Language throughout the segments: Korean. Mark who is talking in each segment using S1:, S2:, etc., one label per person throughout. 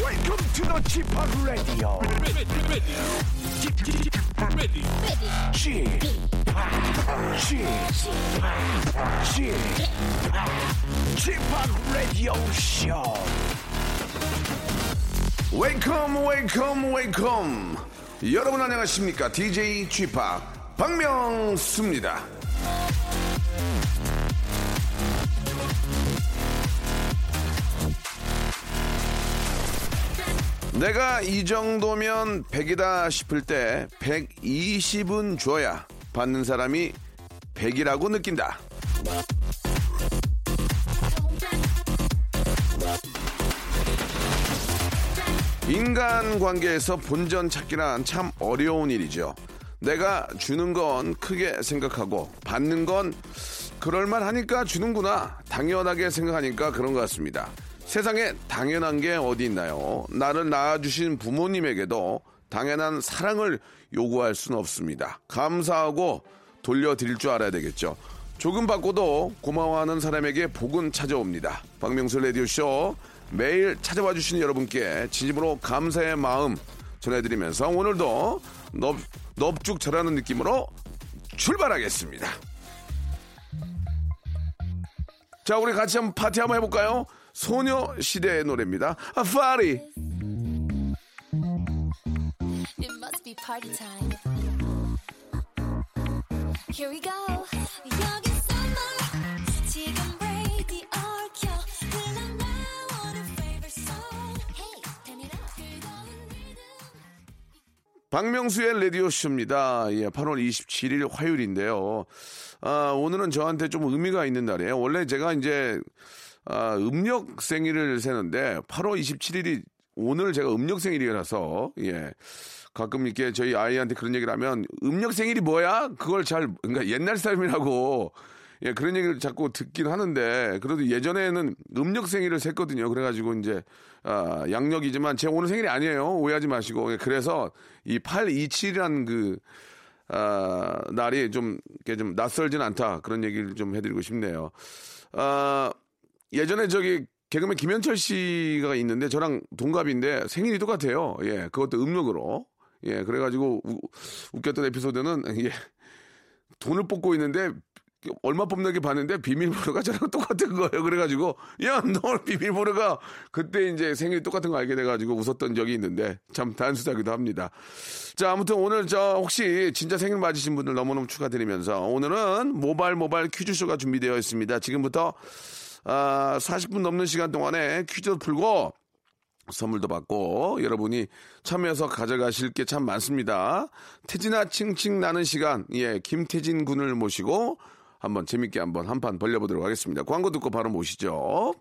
S1: Welcome to the g p o p Radio.
S2: ready, ready, ready,
S1: g p o p g p o p Radio Show.
S3: 웨이컴 웨이컴 웨이컴 여러분 안녕하십니까 DJ g p o p 박명수입니다 내가 이 정도면 100이다 싶을 때 120은 줘야 받는 사람이 100이라고 느낀다 인간관계에서 본전 찾기란 참 어려운 일이죠. 내가 주는 건 크게 생각하고 받는 건 그럴만 하니까 주는구나 당연하게 생각하니까 그런 것 같습니다. 세상에 당연한 게 어디 있나요? 나를 낳아주신 부모님에게도 당연한 사랑을 요구할 수는 없습니다. 감사하고 돌려드릴 줄 알아야 되겠죠. 조금 받고도 고마워하는 사람에게 복은 찾아옵니다. 박명수 라디오쇼 매일 찾아와 주시는 여러분께 진심으로 감사의 마음 전해드리면서 오늘도 넙, 넙죽 절하는 느낌으로 출발하겠습니다. 자, 우리 같이 한번 파티 한번 해볼까요? 소녀시대의 노래입니다. 아, 파리!
S4: It must be party time. Here we go. 여기 summer. 지금 radio 켜. 흘러나오는 favorite song. Hey, turn it up. 즐거운 리듬.
S3: 박명수의 라디오쇼입니다. 예, 8월 27일 화요일인데요. 아, 오늘은 저한테 좀 의미가 있는 날이에요. 원래 제가 이제, 아, 음력 생일을 세는데, 8월 27일이 오늘 제가 음력 생일이라서, 예. 가끔 이렇게 저희 아이한테 그런 얘기를 하면, 음력 생일이 뭐야? 그걸 잘, 그러니까 옛날 사람이라고, 예, 그런 얘기를 자꾸 듣긴 하는데, 그래도 예전에는 음력 생일을 셌거든요. 그래가지고 이제, 아, 양력이지만 제 오늘 생일이 아니에요. 오해하지 마시고. 예, 그래서 이 827이라는 그, 아, 날이 좀, 이렇게 좀 낯설진 않다. 그런 얘기를 좀 해드리고 싶네요. 아, 예전에 저기 개그맨 김현철 씨가 있는데 저랑 동갑인데 생일이 똑같아요. 예, 그것도 음력으로. 예, 그래가지고 우- 웃겼던 에피소드는, 예, 돈을 뽑고 있는데 얼마 뽑는 게 봤는데 비밀번호가 저랑 똑같은 거예요. 그래가지고 야너 오늘 비밀번호가 그때 이제 생일 똑같은 거 알게 돼가지고 웃었던 적이 있는데 참 단수다기도 합니다. 자 아무튼 오늘 저 혹시 진짜 생일 맞으신 분들 너무너무 축하드리면서 오늘은 모발 모발 퀴즈쇼가 준비되어 있습니다. 지금부터 아, 40분 넘는 시간 동안에 퀴즈도 풀고 선물도 받고 여러분이 참여해서 가져가실 게 참 많습니다. 태진아 칭칭 나는 시간 예 김태진 군을 모시고 한번 재밌게 한번 한판 벌려보도록 하겠습니다. 광고 듣고 바로 모시죠.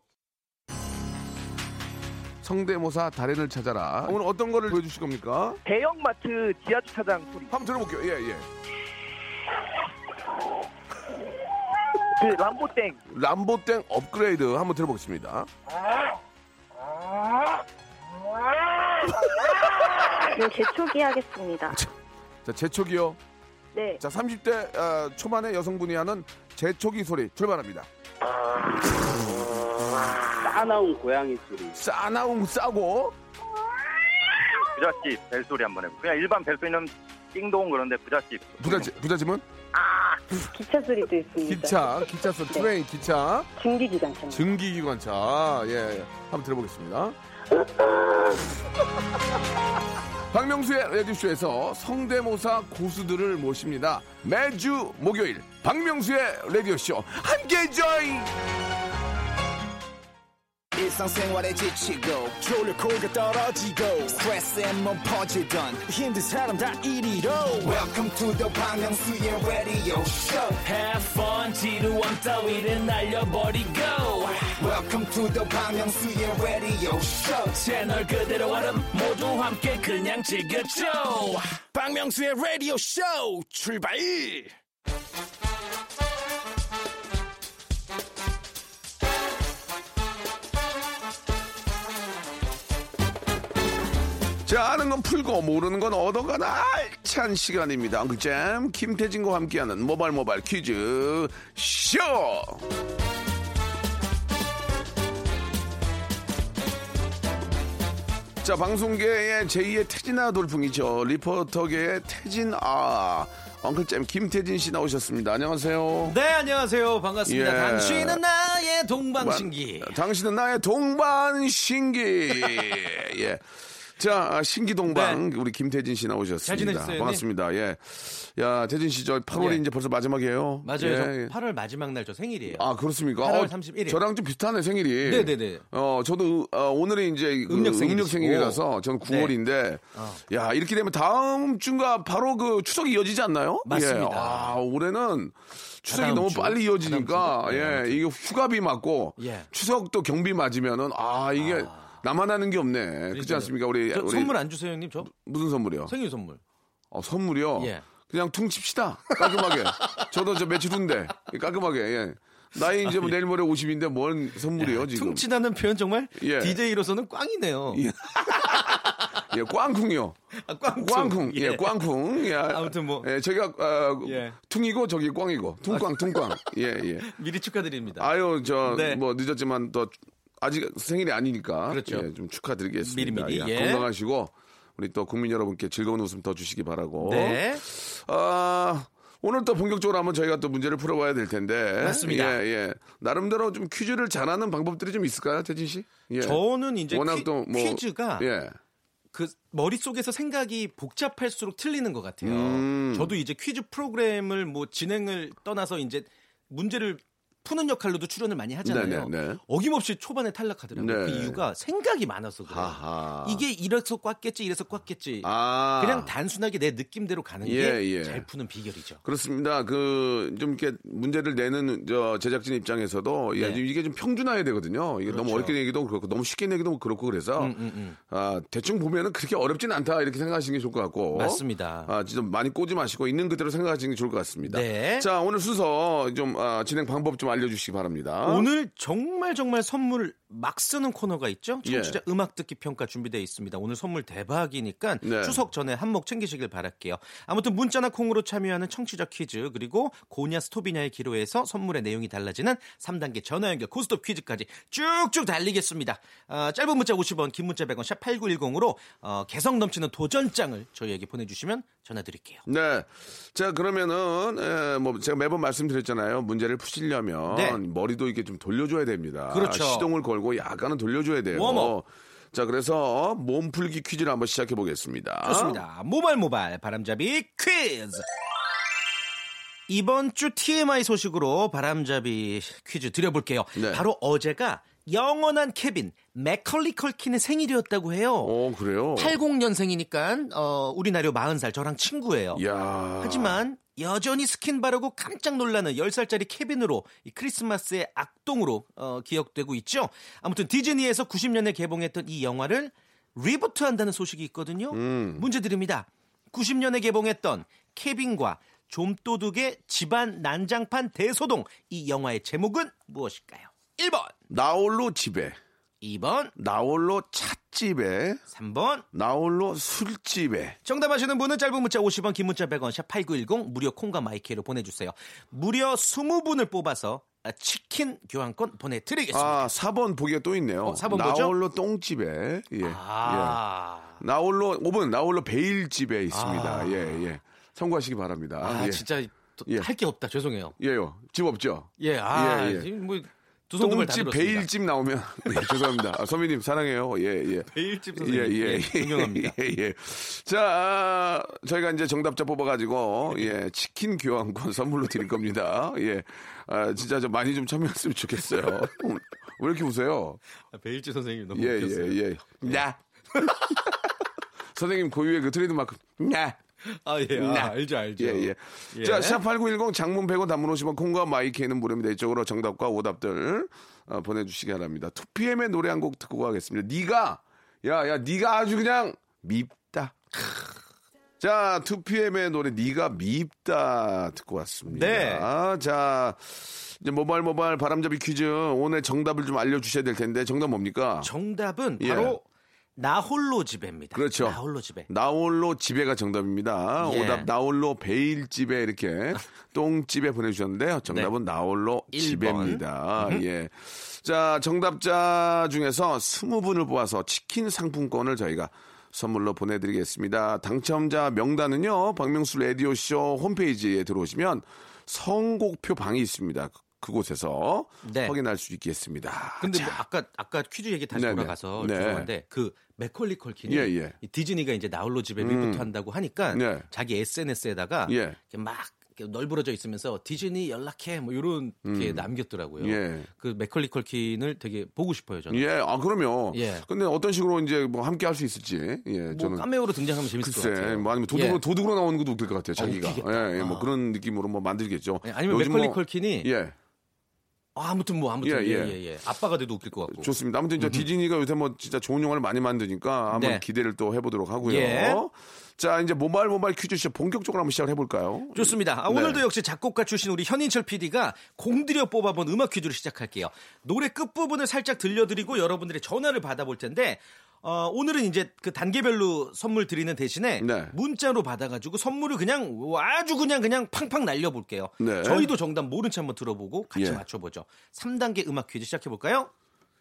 S3: 성대모사 달인을 찾아라. 오늘 어떤 거를 보여주실 겁니까?
S5: 대형마트 지하주차장 소리.
S3: 한번 들어볼게요. 예 예.
S5: 그 람보땡.
S3: 람보땡 업그레이드 한번 들어보겠습니다.
S6: 그럼 재초기 하겠습니다.
S3: 자 재촉이요.
S6: 네.
S3: 자 30대 아, 초반의 여성분이 하는 재촉이 소리 출발합니다.
S7: 싸나운 고양이 소리.
S3: 싸나움 싸고
S8: 부잣집 벨소리 한번 해보 그냥 일반 벨소리는 띵동 그런데 부잣집.
S3: 부자지 부자지문
S6: 기차 소리도 있습니다.
S3: 기차 기차 소 트레인 기차
S6: 증기기관차.
S3: 증기기관차 예, 예. 한번 들어보겠습니다. 박명수의 라디오쇼에서 성대모사 고수들을 모십니다. 매주 목요일 박명수의 라디오쇼 함께 join.
S1: 일상생활에 지치고, 졸려 코가 떨어지고, 스트레스에 몸 퍼지던, 힘든 사람 다 이리로. welcome to the Bang Myung-soo's radio show
S2: Have fun 지루한 따위를 날려버리고
S1: welcome to the Bang Myung-soo's radio show
S2: 채널 그대로 얼음 모두 함께 그냥 즐겨줘 박명수의 라디오 쇼 출발
S3: 자, 아는 건 풀고 모르는 건 얻어가는 알찬 시간입니다. 앙클잼 김태진과 함께하는 모발 모발 퀴즈 쇼. 자, 방송계의 제2의 태진아 돌풍이죠. 리포터계의 태진, 아, 엉클잼 김태진 씨 나오셨습니다. 안녕하세요.
S9: 네, 안녕하세요. 반갑습니다.
S3: 예.
S9: 당신은 나의 동방신기.
S3: 마- 아, 당신은 나의 동반 신기. 예. 자, 아, 신기 동방 우리 김태진 씨
S9: 네. 잘
S3: 나오셨습니다.
S9: 지내셨어요, 네.
S3: 반갑습니다. 예. 야, 태진 씨 저 8월이
S9: 예.
S3: 이제 벌써 마지막이에요.
S9: 맞아요. 저
S3: 예.
S9: 8월 마지막 날 저 생일이에요.
S3: 아 그렇습니까? 어,
S9: 8월 31일.
S3: 저랑 좀 비슷하네 생일이.
S9: 네네네.
S3: 어 저도 어, 오늘이 이제 그
S9: 음력 생일이시고. 네. 아.
S3: 음력 생일이라서 저는 9월인데 야 이렇게 되면 다음 주가 바로 그 추석이 이어지지 않나요?
S9: 맞습니다.
S3: 예. 아 올해는 추석이
S9: 다다음
S3: 너무
S9: 주.
S3: 빨리 이어지니까
S9: 다다음 주죠. 네,
S3: 예 이게 휴가비 맞고
S9: 예.
S3: 추석 또 경비 맞으면은 아 이게 나만 하는 게 없네. 그렇지 않습니까? 예, 우리,
S9: 저
S3: 우리
S9: 선물 안 주세요, 형님. 저
S3: 무슨 선물이요?
S9: 생일 선물.
S3: 어, 선물이요?
S9: 예.
S3: 그냥 퉁칩시다. 깔끔하게. 저도 저 며칠 후인데. 깔끔하게. 예. 나이 이제 뭐 내일 모레 50인데 뭔 선물이에요, 지금?
S9: 퉁치다는 표현 정말
S3: 예.
S9: DJ로서는 꽝이네요.
S3: 예. 예, 꽝쿵이요.
S9: 아, 꽝
S3: 꽝쿵. 예, 꽝쿵. 예.
S9: 아무튼 뭐.
S3: 예, 저기가, 어,
S9: 예.
S3: 퉁이고 저기 꽝이고. 퉁꽝, 퉁꽝. 예, 예.
S9: 미리 축하드립니다.
S3: 아유, 저,
S9: 네.
S3: 뭐, 늦었지만 더, 아직 생일이 아니니까.
S9: 그렇죠.
S3: 예, 좀 축하드리겠습니다.
S9: 미리미리, 예.
S3: 건강하시고, 우리 또 국민 여러분께 즐거운 웃음 더 주시기 바라고.
S9: 네.
S3: 아, 오늘 또 본격적으로 한번 저희가 또 문제를 풀어봐야 될 텐데.
S9: 맞습니다.
S3: 예, 예. 나름대로 좀 퀴즈를 잘하는 방법들이 좀 있을까요, 태진 씨? 예.
S9: 저는 이제
S3: 워낙
S9: 퀴,
S3: 또 뭐-
S9: 퀴즈가
S3: 예.
S9: 그 머릿속에서 생각이 복잡할수록 틀리는 것 같아요.
S3: 음.
S9: 저도 이제 퀴즈 프로그램을 뭐 진행을 떠나서 이제 문제를 푸는 역할로도 출연을 많이 하잖아요.
S3: 네네네.
S9: 어김없이 초반에
S3: 네.
S9: 탈락하더라고요. 그 이유가 생각이 많아서 그래요.
S3: 하하.
S9: 이게 이래서 꽉겠지 이래서 꽉겠지.
S3: 아.
S9: 그냥 단순하게 내 느낌대로 가는
S3: 예,
S9: 게
S3: 예.
S9: 잘 푸는 비결이죠.
S3: 그렇습니다. 그, 좀 이렇게 문제를 내는 저 제작진 입장에서도 예,
S9: 네. 그렇죠.
S3: 좀 이게 좀 평준화해야 되거든요. 이게 너무 어렵게 내기도 그렇고 너무 쉽게 내기도 그렇고 그래서
S9: 음,
S3: 아, 대충 보면은 그렇게 어렵진 않다 이렇게 생각하시는 게 좋을 것 같고.
S9: 맞습니다.
S3: 아, 진짜 많이 꼬지 마시고 있는 그대로 생각하시는 게 좋을 것 같습니다.
S9: 네.
S3: 자, 오늘 순서 좀 아, 진행 방법 좀 알려주시기 바랍니다.
S9: 오늘 정말 정말 선물 막 쓰는 코너가 있죠.
S3: 예.
S9: 청취자 음악 듣기 평가 준비되어 있습니다. 오늘 선물 대박이니까
S3: 네.
S9: 추석 전에 한몫 챙기시길 바랄게요. 아무튼 문자나 콩으로 참여하는 청취자 퀴즈 그리고 고냐 스토비냐의 기로에서 선물의 내용이 달라지는 3단계 전화 연결 고스톱 퀴즈까지 쭉쭉 달리겠습니다. 아, 짧은 문자 50원, 긴 문자 100원, 샵 8910으로 어, 개성 넘치는 도전장을 저희에게 보내주시면 전화드릴게요.
S3: 네. 자, 그러면은, 에, 뭐, 제가 매번 말씀드렸잖아요. 문제를 푸시려면,
S9: 네.
S3: 머리도 이게 좀 돌려줘야 됩니다.
S9: 그렇죠.
S3: 시동을 걸고 약간은 돌려줘야 돼요.
S9: 웜업.
S3: 자, 그래서 몸풀기 퀴즈를 한번 시작해 보겠습니다.
S9: 좋습니다. 어? 모발모발 바람잡이 퀴즈. 이번 주 TMI 소식으로 바람잡이 퀴즈 드려볼게요.
S3: 네.
S9: 바로 어제가 영원한 케빈 맥컬리 컬킨의 생일이었다고 해요.
S3: 어, 그래요?
S9: 80년생이니까 어, 우리나라 40살 저랑 친구예요.
S3: 야
S9: 하지만 여전히 스킨 바르고 깜짝 놀라는 10살짜리 케빈으로 이 크리스마스의 악동으로 어, 기억되고 있죠. 아무튼 디즈니에서 90년에 개봉했던 이 영화를 리부트한다는 소식이 있거든요. 문제 드립니다. 90년에 개봉했던 케빈과 좀도둑의 집안 난장판 대소동 이 영화의 제목은 무엇일까요? 1번,
S3: 나홀로 집에,
S9: 2번,
S3: 나홀로 찻집에,
S9: 3번.
S3: 나홀로 술집에.
S9: 정답하시는 분은 짧은 문자 50원, 긴 문자 100원, 샵 8910, 무료 콩과 마이크로 보내주세요. 무려 20분을 뽑아서 아, 치킨 교환권 보내드리겠습니다.
S3: 아, 4번 보기가 또 있네요.
S9: 어, 4번 뭐죠?
S3: 나홀로 똥집에. 예. 예.
S9: 아,
S3: 나홀로 5번 나홀로 베일집에 있습니다.
S9: 아.
S3: 예, 예. 참고하시기 바랍니다.
S9: 아,
S3: 예.
S9: 진짜
S3: 예.
S9: 할 게 없다. 죄송해요.
S3: 예요. 집 없죠?
S9: 예, 아,
S3: 예, 예.
S9: 지금 뭐, 두 손도 다
S3: 똥집
S9: 들었습니다.
S3: 베일집 나오면 예, 죄송합니다. 아, 서민님 사랑해요. 예, 예.
S9: 베일집
S3: 예,
S9: 선생님.
S3: 예,
S9: 예, 존경합니다.
S3: 예, 예. 자, 아, 저희가 이제 정답자 뽑아가지고,
S9: 네.
S3: 예, 치킨 교환권 선물로 드릴 겁니다. 예. 아, 진짜 좀 많이 좀 참여했으면 좋겠어요. 왜 이렇게 웃어요?
S9: 아, 베일집 선생님 너무
S3: 예,
S9: 웃겼어요.
S3: 예, 예. 야. 선생님 고유의 그 트레이드마크, 야.
S9: 아, 예, 아,
S3: 나.
S9: 알죠, 알죠.
S3: 예, 예. 자, 샵8910 장문 100원 단문 50원 콩과 마이키에는 무료입니다. 이쪽으로 정답과 오답들 어, 보내주시기 바랍니다. 2PM의 노래 한 곡 듣고 가겠습니다. 네가 야, 야, 네가 아주 그냥 밉다. 자, 2PM의 노래 네가 밉다 듣고 왔습니다.
S9: 네.
S3: 자, 이제 모발 모발 바람잡이 퀴즈 오늘 정답을 좀 알려주셔야 될 텐데 정답 뭡니까?
S9: 정답은
S3: 예.
S9: 바로 나홀로 집에입니다.
S3: 그렇죠.
S9: 나홀로 집에.
S3: 나홀로 집에가 정답입니다.
S9: 예.
S3: 오답 나홀로 베일집에 이렇게 똥집에 보내주셨는데요. 정답은 나홀로
S9: 네. 일 음.
S3: 집에입니다. 예. 자, 정답자 중에서 스무 분을 뽑아서 치킨 상품권을 저희가 선물로 보내드리겠습니다. 당첨자 명단은요, 박명수 라디오쇼 홈페이지에 들어오시면 선곡표 방이 있습니다. 그곳에서
S9: 네.
S3: 확인할 수 있겠습니다.
S9: 근데 뭐
S3: 자,
S9: 아까 아까 퀴즈 얘기 다시
S3: 네네.
S9: 돌아가서
S3: 네.
S9: 죄송한데 그 맥컬리 컬킨이
S3: 예, 예.
S9: 이 디즈니가 이제 나홀로 집에 리부트 한다고 하니까
S3: 네.
S9: 자기 SNS에다가
S3: 예.
S9: 막 이렇게 널브러져 있으면서 디즈니 연락해 뭐 이런 게 남겼더라고요.
S3: 음. 예.
S9: 그 맥컬리 컬킨을 되게 보고 싶어요 저는.
S3: 예, 아, 그럼요.
S9: 예.
S3: 근데 어떤 식으로 이제 뭐 함께 할 수 있을지. 예,
S9: 뭐
S3: 저는.
S9: 카메오로 등장하면 재밌을 것
S3: 글쎄,
S9: 같아요.
S3: 뭐 아니면 도둑으로,
S9: 예.
S3: 도둑으로 나오는 것도 웃길 것 같아요, 자기가.
S9: 웃기겠다.
S3: 예, 예, 뭐
S9: 아.
S3: 그런 느낌으로 뭐 만들겠죠.
S9: 예, 아니면
S3: 요즘
S9: 맥컬리 컬킨이
S3: 예,
S9: 아, 아무튼 뭐 아무튼
S3: 예,
S9: 예예
S3: 예.
S9: 예, 예. 아빠가 돼도 웃길 것 같고.
S3: 좋습니다. 아무튼 이제 디즈니가 요새 뭐 진짜 좋은 영화를 많이 만드니까 한번
S9: 음. 네.
S3: 기대를 또 해보도록 하고요.
S9: 예.
S3: 자, 이제 모발 모발 퀴즈쇼 본격적으로 한번 시작을 해볼까요?
S9: 좋습니다. 아,
S3: 네.
S9: 오늘도 역시 작곡가 출신 우리 현인철 PD가 공들여 뽑아본 음악 퀴즈를 시작할게요. 노래 끝부분을 살짝 들려드리고 여러분들의 전화를 받아볼 텐데 어, 오늘은 이제 그 단계별로 선물 드리는 대신에
S3: 네.
S9: 문자로 받아가지고 선물을 그냥 아주 그냥 그냥 팡팡 날려볼게요.
S3: 네.
S9: 저희도 정답 모른 채 한번 들어보고 같이
S3: 예.
S9: 맞춰보죠. 3단계 음악 퀴즈 시작해볼까요?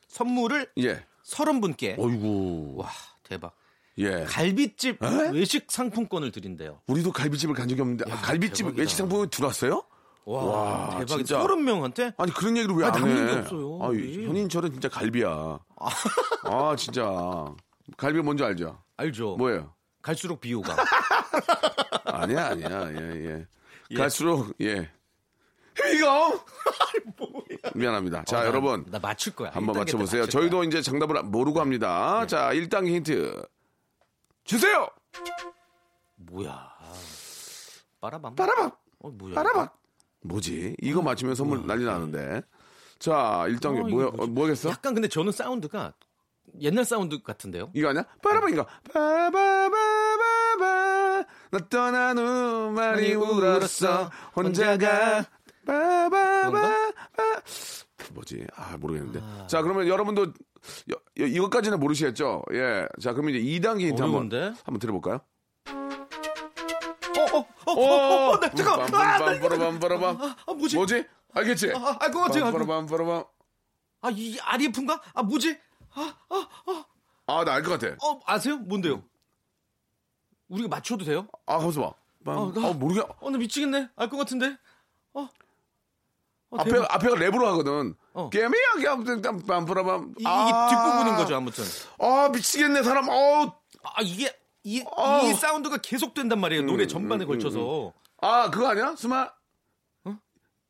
S9: 선물을
S3: 예.
S9: 30분께
S3: 어이구.
S9: 와 대박
S3: 예.
S9: 갈비집
S3: 에?
S9: 외식 상품권을 드린대요.
S3: 우리도 갈비집을 간 적이 없는데, 아, 갈비집
S9: 대박이다.
S3: 외식 상품이 들어왔어요?
S9: 와,
S3: 와,
S9: 대박이다.
S3: 진짜.
S9: 30명한테
S3: 아니 그런 얘기를 왜
S9: 아,
S3: 안 해?
S9: 남는 게 없어요. 네.
S3: 아,
S9: 왜?
S3: 현인철은 진짜 갈비야. 아 진짜 갈비 뭔지 알죠?
S9: 알죠?
S3: 뭐예요?
S9: 갈수록 비호감.
S3: 아니야 아니야 예예. 갈수록 예. 힘이가 미안합니다. 자
S9: 어, 나-
S3: 여러분
S9: 나 맞출 거야.
S3: 한번
S9: 1단계 네. 때
S3: 맞춰보세요.
S9: 맞출
S3: 저희도
S9: 거야.
S3: 이제 정답을 모르고 합니다. 자 1단계 힌트 주세요.
S9: 뭐야? 빠라밤.
S3: 빠라박
S9: 어, 뭐야?
S3: 빠라박. 뭐지? 이거 맞추면 선물 난리 나는데. 자 1단계
S9: 어, 네. 이게
S3: 뭐야?
S9: 뭐지?
S3: 어, 뭐겠어?
S9: 약간 근데 저는 사운드가 옛날 사운드 같은데요?
S3: 이거 아니야? 빠라바인가? 빠바바바바 나 떠난 후 말이
S9: 많이
S3: 울었어
S9: 울었어.
S3: 혼자가
S9: 혼자가.
S3: 빠바바
S9: 그런가?
S3: 뭐지? 아 모르겠는데 자 그러면 여러분도 여, 여- 이것까지는 모르시겠죠? 예. 자 그러면 이제 2단계 힌트 한번
S9: 어려운데?
S3: 한번 들어볼까요?
S9: 어, 어, 어, 어, 어, 어, 나
S3: 음,
S9: 잠깐. 아, 나 이거-
S3: 빰빰빰빰빰빰
S9: 아, 아, 뭐지?
S3: 뭐지? 알겠지?
S9: 아, 아, 알것 같아요.
S3: 빰빰빰빰빰
S9: 아, 이 아리프인가? 아, 뭐지?
S3: 아 나 알 것 같아
S9: 어, 아세요? 뭔데요? 우리가 맞춰도 돼요?
S3: 아 가만있어 봐
S9: 아,
S3: 빰.
S9: 나-
S3: 아 모르겠
S9: 어, 나 미치겠네. 알 것 같은데. 어. 어,
S3: 앞에
S9: 대박.
S3: 앞에가 랩으로 하거든.
S9: 어.
S3: 깨미야 깨미야 빰빰빰.
S9: 이, 이게 뒷부분인 거죠, 아무튼.
S3: 아 미치겠네 사람. 어우.
S9: 아, 이게 이,
S3: 어.
S9: 이 사운드가 계속 된단 말이에요.
S3: 음,
S9: 노래 전반에 걸쳐서.
S3: 아 그거 아니야? 스마.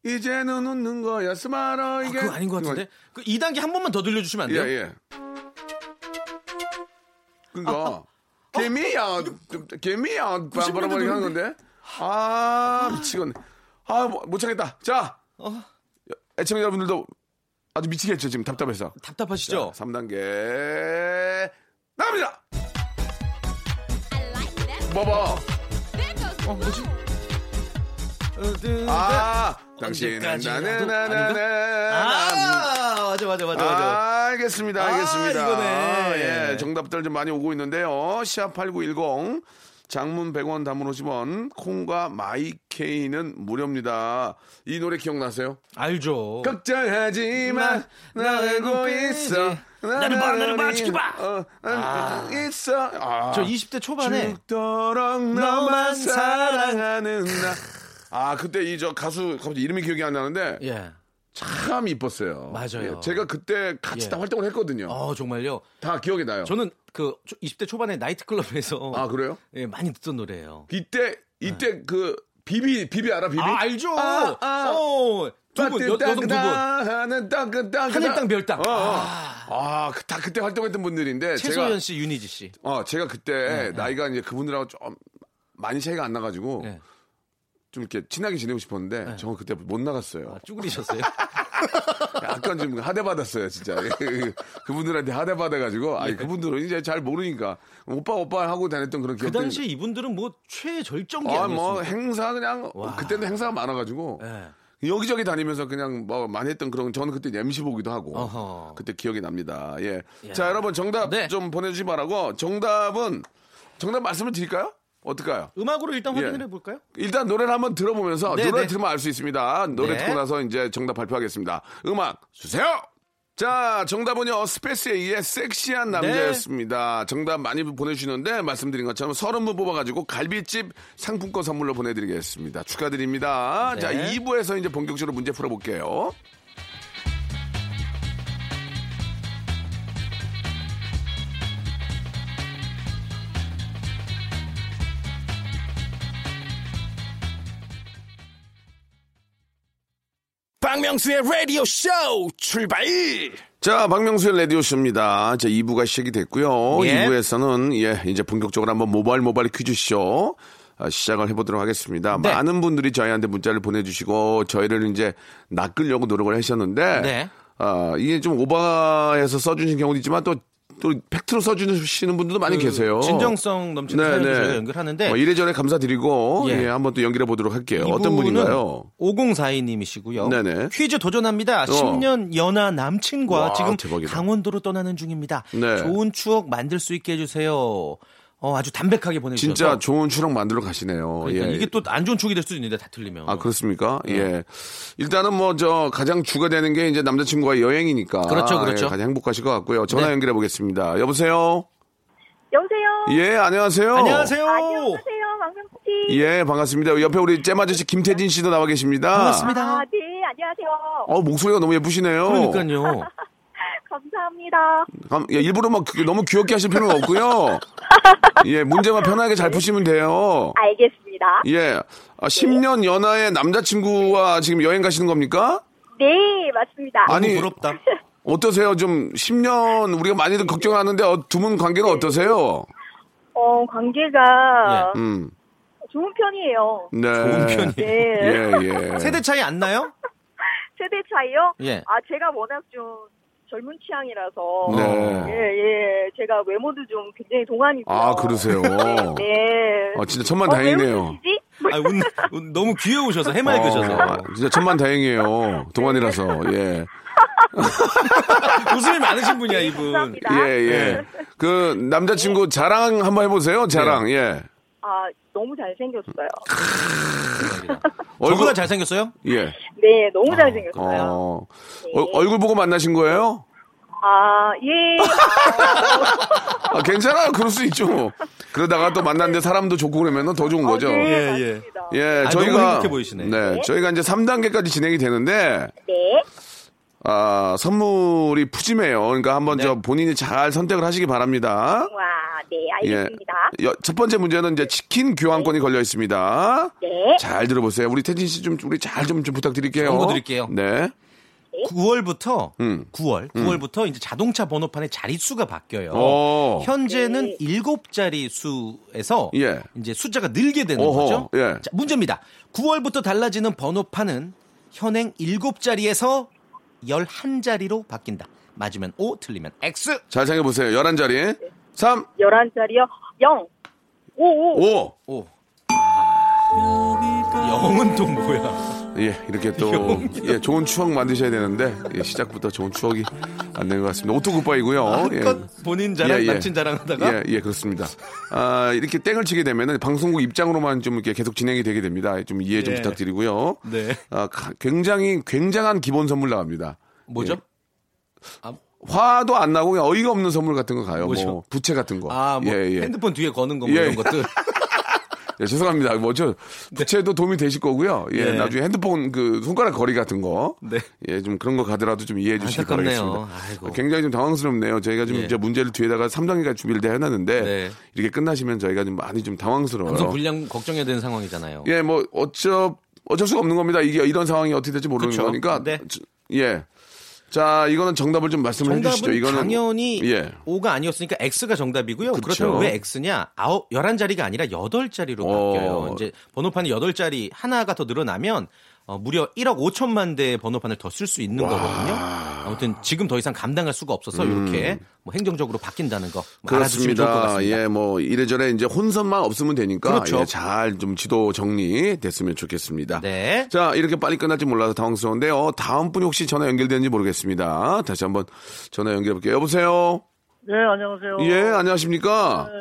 S3: 이제는 웃는 거야 스마라
S9: 어? 아,
S3: 이게.
S9: 그거 아닌 것
S3: 음. 이거
S9: 같은데? 그 2단계 한 번만 더 들려주시면 안
S3: 아니-
S9: 돼요?
S3: 예 예.
S9: 아,
S3: 그니까 개미야 개미야 빰빰빰 이렇게 하는 건데. 아 미치겠네. 아못 참겠다. 자
S9: 어,
S3: 애청자 여러분들도 아주 미치겠죠 지금 답답해서.
S9: 답답하시죠?
S3: 3단계 나갑니다.
S4: I like that.
S3: 봐봐.
S4: There goes the moon.
S9: 어,
S3: 아, 당신은
S9: 언제까지라도
S3: 나나나나나.
S9: 아, 맞아, 맞아, 맞아, 맞아.
S3: 아, 알겠습니다,
S9: 아,
S3: 알겠습니다.
S9: 이거네.
S3: 아, 예, 정답들 좀 많이 오고 있는데요. 시합 8910. 장문 100원 담은 50원, 콩과 마이케이는 무료입니다. 이 노래 기억나세요?
S9: 알죠.
S3: 걱정하지 마, 나 알고 있어.
S9: 나는 뭐 봐, 나는 봐, 지켜봐.
S3: 어, 알고 있어. 아.
S9: 저 20대 초반에
S3: 죽도록 너만
S9: 너만
S3: 사랑하는 나. 아 그때 이 저 가수 갑자기 이름이 기억이 안 나는데
S9: 예.
S3: 참 이뻤어요.
S9: 맞아요.
S3: 예, 제가 그때 같이
S9: 예.
S3: 다 활동을 했거든요.
S9: 어, 정말요.
S3: 다 기억이 나요.
S9: 저는 그 초- 20대 초반에 나이트클럽에서
S3: 아 그래요?
S9: 예, 많이 듣던 노래예요.
S3: 이때 이때 그 비비 비비 알아 비비?
S9: 네. 아, 알죠.
S3: 아, 아.
S9: 어, 두 분, 여, 여성 두 분.
S3: 하늘 땅, 그 땅, 그
S9: 하늘 땅, 별 땅.
S3: 어, 어. 아, 그, 다 그때 활동했던 분들인데
S9: 최소연
S3: 제가
S9: 씨, 네, 윤희지 씨.
S3: 어 제가 그때 나이가 이제 그분들하고 좀 많이 차이가 안 나가지고
S9: 예.
S3: 좀 이렇게 친하게 지내고 싶었는데
S9: 네.
S3: 저는 그때 못 나갔어요.
S9: 아, 쭈그리셨어요?
S3: 약간 좀 하대받았어요, 진짜. 그분들한테 하대받아가지고,
S9: 네.
S3: 아니, 그분들은 이제 잘 모르니까, 오빠, 오빠 하고 다녔던 그런
S9: 그
S3: 기억들.
S9: 당시에 이분들은 뭐 최절정기
S3: 아, 뭐,
S9: 아니었습니까?
S3: 행사 그냥,
S9: 와.
S3: 그때는 행사가 많아가지고,
S9: 예.
S3: 여기저기 다니면서 그냥 뭐 많이 했던 그런 저는 그때 MC 보기도 하고
S9: 어허.
S3: 그때 기억이 납니다. 예. 자, 여러분 정답
S9: 네.
S3: 좀 보내주시 기 바라고 정답은 정답 말씀을 드릴까요? 어떨까요?
S9: 음악으로 일단
S3: 예.
S9: 확인을 해볼까요?
S3: 일단 노래를 한번 들어보면서
S9: 네,
S3: 노래
S9: 네.
S3: 를 들으면 알 수 있습니다. 노래
S9: 네.
S3: 듣고 나서 이제 정답 발표하겠습니다. 음악 주세요. 자, 정답은요 스페이스에 의해 섹시한 남자였습니다. 정답 많이 보내주시는데 말씀드린 것처럼 서른 분 뽑아가지고 갈비집 상품권 선물로 보내드리겠습니다. 축하드립니다.
S9: 네.
S3: 자, 2부에서 이제 본격적으로 문제 풀어볼게요.
S2: 박명수의 라디오 쇼 출발!
S3: 자, 박명수의 라디오쇼입니다. 자, 2부가 시작이 됐고요.
S9: 예.
S3: 2부에서는, 예, 이제 본격적으로 한번 모바일 모바일 퀴즈쇼 아, 시작을 해보도록 하겠습니다.
S9: 네.
S3: 많은 분들이 저희한테 문자를 보내주시고, 저희를 이제 낚으려고 노력을 하셨는데,
S9: 네.
S3: 아, 이게 좀 오바해서 써주신 경우도 있지만 또, 또 팩트로 써주시는 분들도 많이 계세요.
S9: 그 어.
S3: 네,
S9: 진정성 넘치는 사연을 저희가 연결하는데
S3: 뭐 이래저래 감사드리고,
S9: 예.
S3: 예, 한번 또 연결해 보도록 할게요. 어떤
S9: 이분은
S3: 분인가요?
S9: 5042님이시고요.
S3: 네네. 어.
S9: 퀴즈 도전합니다. 10년 연하 남친과
S3: 와,
S9: 지금
S3: 대박이다.
S9: 강원도로 떠나는 중입니다.
S3: 네.
S9: 좋은 추억 만들 수 있게 해주세요. 어, 아주 담백하게 보내주셔서
S3: 진짜 좋은 추억 만들러 가시네요.
S9: 그러니까
S3: 예.
S9: 이게 또 안 좋은 추억이 될 수도 있는데 다 틀리면.
S3: 아 그렇습니까?
S9: 네.
S3: 예. 일단은 뭐 저 가장 주가 되는 게 이제 남자친구와의 여행이니까.
S9: 그렇죠, 그렇죠.
S3: 예, 가장 행복하실 것 같고요. 전화
S9: 네.
S3: 연결해 보겠습니다. 여보세요.
S6: 여보세요.
S3: 예, 안녕하세요.
S9: 안녕하세요.
S6: 안녕하세요, 방명수 씨.
S3: 예, 반갑습니다. 옆에 우리 잼 아저씨 김태진 씨도 나와 계십니다.
S9: 반갑습니다.
S6: 아, 네, 안녕하세요.
S3: 어 목소리가 너무 예쁘시네요.
S9: 그러니까요.
S6: 감사합니다.
S3: 감- 예, 일부러 막 그- 너무 귀엽게 하실 필요는 없고요. 예, 문제만 편하게 잘 푸시면 돼요.
S6: 알겠습니다.
S3: 예, 아, 10년 연하의 남자친구와 지금 여행 가시는 겁니까?
S6: 네, 맞습니다.
S3: 예. 아니,
S9: 부럽다.
S3: 어떠세요? 좀 10년 우리가 많이들 걱정하는데 어, 두 분
S6: 네.
S3: 관계는 어떠세요?
S6: 어, 관계가
S3: 음,
S6: 좋은 편이에요.
S3: 네.
S9: 좋은 편이에요.
S6: 네.
S3: 예, 예.
S9: 세대 차이 안 나요?
S6: 세대 차이요?
S9: 예.
S6: 아, 제가 워낙 좀 젊은 취향이라서.
S3: 네.
S6: 예, 예. 제가 외모도 좀 굉장히 동안이고.
S3: 아, 그러세요.
S6: 네.
S3: 아, 진짜 천만
S6: 어, 왜
S3: 다행이네요.
S6: 웃으시지?
S9: 아, 웃, 웃- 너무 귀여우셔서 해맑으셔서
S3: 어, 진짜 천만 다행이에요. 동안이라서. 예. 네.
S9: 웃음이 많으신 분이야 이분.
S6: 감사합니다.
S3: 예,
S9: 네.
S3: 예. 그
S6: 네.
S3: 남자친구 자랑 한번 해보세요. 자랑. 예.
S6: 아, 너무 잘생겼어요.
S9: 얼굴 잘생겼어요?
S3: 예.
S6: 네, 너무 잘생겼어요. 네.
S3: 어. 어, 얼굴 보고 만나신 거예요?
S6: 아, 예.
S3: 아, 괜찮아요. 그럴 수 있죠. 그러다가 또 만났는데 사람도 좋고 그러면 더 좋은 거죠.
S6: 아, 네,
S9: 예, 예.
S6: 맞습니다.
S3: 예,
S9: 아,
S3: 저희가
S9: 너무 행복해 보이시네.
S3: 네, 저희가 이제 3단계까지 진행이 되는데
S6: 네.
S3: 아, 선물이 푸짐해요. 그러니까 한번
S9: 네.
S3: 저 본인이 잘 선택을 하시기 바랍니다.
S6: 와, 네, 알겠습니다.
S3: 여- 첫 번째 문제는 이제 치킨 교환권이 걸려 있습니다.
S6: 네.
S3: 잘 들어보세요. 우리 태진 씨 좀 우리 잘 좀 좀 부탁드릴게요.
S9: 정보 드릴게요.
S3: 네.
S9: 9월부터
S3: 음.
S9: 9월 9월부터 이제 자동차 번호판의 자릿수가 바뀌어요.
S3: 어.
S6: 네.
S9: 현재는 일곱 자리 수에서
S3: 예.
S9: 이제 숫자가 늘게 되는
S3: 어허,
S9: 거죠.
S3: 예.
S9: 자, 문제입니다. 9월부터 달라지는 번호판은 현행 일곱 자리에서 11자리로 바뀐다. 맞으면 O, 틀리면 X.
S3: 잘 생각해 보세요. 11자리. 3
S6: 11자리요? 0. 5, 5.
S3: 5.
S9: 오. 아, 영은 또 뭐야?
S3: 예, 이렇게 또 예, 좋은 추억 만드셔야 되는데 예, 시작부터 좋은 추억이 안 된 것 같습니다. 오토굿바이고요. 예.
S9: 한껏 어, 본인 자랑, 남친 자랑하다가
S3: 예, 예, 그렇습니다. 아, 이렇게 땡을 치게 되면은 방송국 입장으로만 좀 이렇게 계속 진행이 되게 됩니다. 좀 이해 좀
S9: 예.
S3: 부탁드리고요.
S9: 네.
S3: 아, 가- 굉장히 굉장한 기본 선물 나갑니다.
S9: 뭐죠?
S3: 예. 화도 안 나고 그냥 어이가 없는 선물 같은 거 가요.
S9: 뭐죠?
S3: 뭐 부채 같은 거.
S9: 아, 뭐
S3: 예, 예.
S9: 핸드폰 뒤에 거는 거뭐
S3: 예.
S9: 이런 것들.
S3: 예, 죄송합니다. 뭐죠? 부채도 도움이 되실 거고요. 예,
S9: 네.
S3: 나중에 핸드폰 그 손가락 거리 같은 거.
S9: 네.
S3: 예, 좀 그런 거 가더라도 좀 이해해 주시기
S9: 안타깝네요.
S3: 바라겠습니다.
S9: 아이고.
S3: 굉장히 좀 당황스럽네요. 저희가 좀
S9: 예.
S3: 이제 문제를 뒤에다가 3단계까지 준비를 다 해놨는데
S9: 네.
S3: 이렇게 끝나시면 저희가 좀 많이 좀
S9: 방송
S3: 당황스러워요.
S9: 분량 걱정해야 되는 상황이잖아요.
S3: 어. 예, 뭐 어쩌 어쩔 수가 없는 겁니다. 이게 이런 상황이 어떻게 될지 모르는
S9: 그쵸.
S3: 거니까.
S9: 네.
S3: 저- 예. 자, 이거는 정답을 좀 말씀을
S9: 정답은
S3: 해주시죠. 이거는
S9: 당연히
S3: 예.
S9: 5가 아니었으니까 X가 정답이고요. 그렇죠
S3: 그렇죠.
S9: 다면왜 X냐? 9, 11자리가 아니라 8자리로
S3: 어.
S9: 바뀌어요. 이제 번호판이 8자리 하나가 더 늘어나면 어, 무려 1억 5천만 대의 번호판을 더 쓸 수 있는 거거든요. 아무튼 지금 더 이상 감당할 수가 없어서 이렇게 뭐 행정적으로 바뀐다는 거뭐 알아주시면 좋을 것
S3: 음. 그렇습니다.
S9: 같습니다.
S3: 예, 뭐 이래저래 이제 혼선만 없으면 되니까
S9: 그렇죠.
S3: 예, 잘좀 지도 정리됐으면 좋겠습니다.
S9: 네.
S3: 자, 이렇게 빨리 끝날지 몰라서 당황스러운데요. 다음 분이 혹시 전화 연결되는지 모르겠습니다. 다시 한번 전화 연결해 볼게요. 여보세요.
S5: 네, 안녕하세요.
S3: 예, 안녕하십니까?
S5: 네,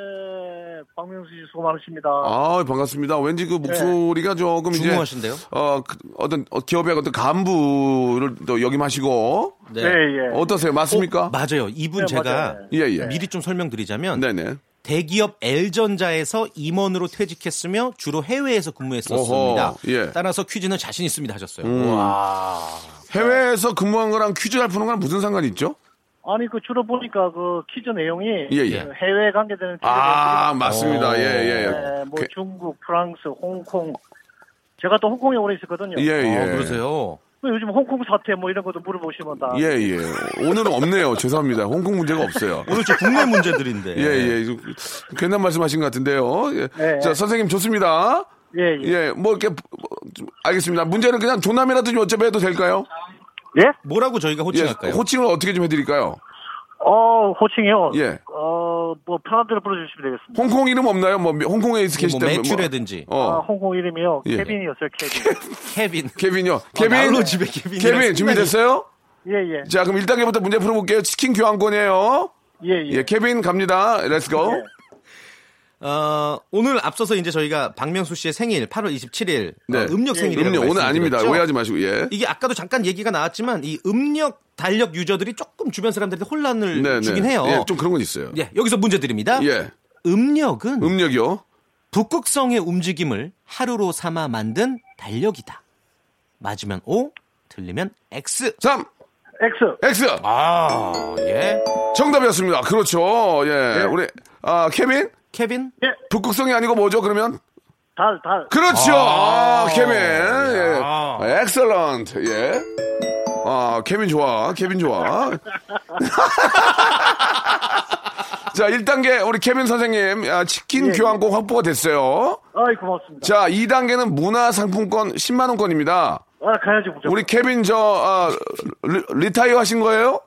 S5: 박명수 씨 수고 많으십니다.
S3: 아, 반갑습니다. 왠지 그 목소리가 조금 이제
S9: 네. 중후하신데요?
S3: 어, 그 어떤 어, 기업의 어떤 간부를 또 역임하시고
S9: 네.
S5: 네, 예.
S3: 어떠세요? 맞습니까?
S9: 어, 맞아요. 이분
S5: 네,
S9: 제가
S5: 맞아요.
S3: 예, 예.
S9: 미리 좀 설명드리자면
S3: 네, 네.
S9: 대기업 L전자에서 임원으로 퇴직했으며 주로 해외에서 근무했었습니다.
S3: 어허, 예. 음,
S9: 따라서 퀴즈는 자신 있습니다 하셨어요.
S3: 해외에서 근무한 거랑 퀴즈 잘 푸는 거랑 무슨 상관이 있죠?
S5: 아니, 그 주로 보니까 그 퀴즈 내용이
S3: 예, 예.
S5: 그 해외에 관계되는 퀴즈
S3: 아,
S5: 내용이
S3: 맞습니다.
S9: 어.
S3: 예, 예.
S5: 네, 뭐
S3: 그-
S5: 중국, 프랑스, 홍콩. 제가 또 홍콩에 오래 있었거든요.
S3: 예, 예.
S9: 어, 그러세요.
S5: 요즘 홍콩 사태 뭐 이런 것도 물어보시면 다.
S3: 예, 예. 오늘은 없네요. 죄송합니다. 홍콩 문제가 없어요.
S9: 오늘 저 국내 문제들인데.
S3: 예, 예. 이거 괜한 말씀하신 것 같은데요. 예.
S5: 네.
S3: 자, 선생님 좋습니다.
S5: 예, 예.
S3: 예, 뭐 이렇게 뭐, 좀 알겠습니다. 문제는 그냥 조남이라도 좀 여쭤봐도 될까요?
S5: 예?
S9: 뭐라고 저희가
S3: 예,
S9: 호칭할까요?
S3: 호칭을 어떻게 좀 해드릴까요?
S5: 어, 호칭이요.
S3: 예.
S5: 어, 뭐 편한 대로 불러주시면 되겠습니다.
S3: 홍콩 이름 없나요? 뭐 홍콩에 있- 계실
S9: 뭐
S3: 때
S9: 매출이라든지
S3: 뭐,
S5: 아,
S3: 어,
S5: 홍콩 이름이요.
S3: 예.
S5: 케빈이었어요, 케빈.
S9: 케빈.
S3: 케빈요.
S9: 어,
S3: 케빈,
S9: 날로 집에 케빈.
S3: 케빈 준비됐어요?
S5: 예, 예.
S3: 자, 그럼 1단계부터 문제 풀어볼게요. 치킨 교환권이에요.
S5: 예, 예.
S3: 예, 케빈 갑니다. 렛츠고.
S9: 어, 오늘 앞서서 이제 저희가 박명수 씨의 생일 8월 27일
S3: 네.
S9: 어, 음력 생일이라고
S3: 음료 오늘 아닙니다.
S9: 말씀드렸죠?
S3: 오해하지 마시고, 예.
S9: 이게 아까도 잠깐 얘기가 나왔지만 이 음력 달력 유저들이 조금 주변 사람들한테 혼란을 주긴 해요.
S3: 예, 좀 그런 건 있어요.
S9: 예, 여기서 문제 드립니다.
S3: 예.
S9: 음력은
S3: 음력이요.
S9: 북극성의 움직임을 하루로 삼아 만든 달력이다. 맞으면 O, 틀리면 X.
S3: 3,
S5: 엑스.
S3: X.
S9: 아, 예.
S3: 정답이었습니다. 그렇죠. 예. 우리, 아, 케빈?
S9: 케빈?
S3: 북극성이 아니고 뭐죠, 그러면?
S5: 달, 달.
S3: 그렇죠. 아, 케빈. 예. 엑셀런트. 예. 아, 케빈 좋아. 케빈 좋아. 자, 1단계 우리 케빈 선생님 아, 치킨 교환권 확보가 됐어요.
S5: 아이, 고맙습니다.
S3: 자, 2단계는 문화 상품권 10만 원권입니다.
S5: 아, 가야지, 무조건.
S3: 우리 케빈 저 아, 리, 리타이어 하신 거예요?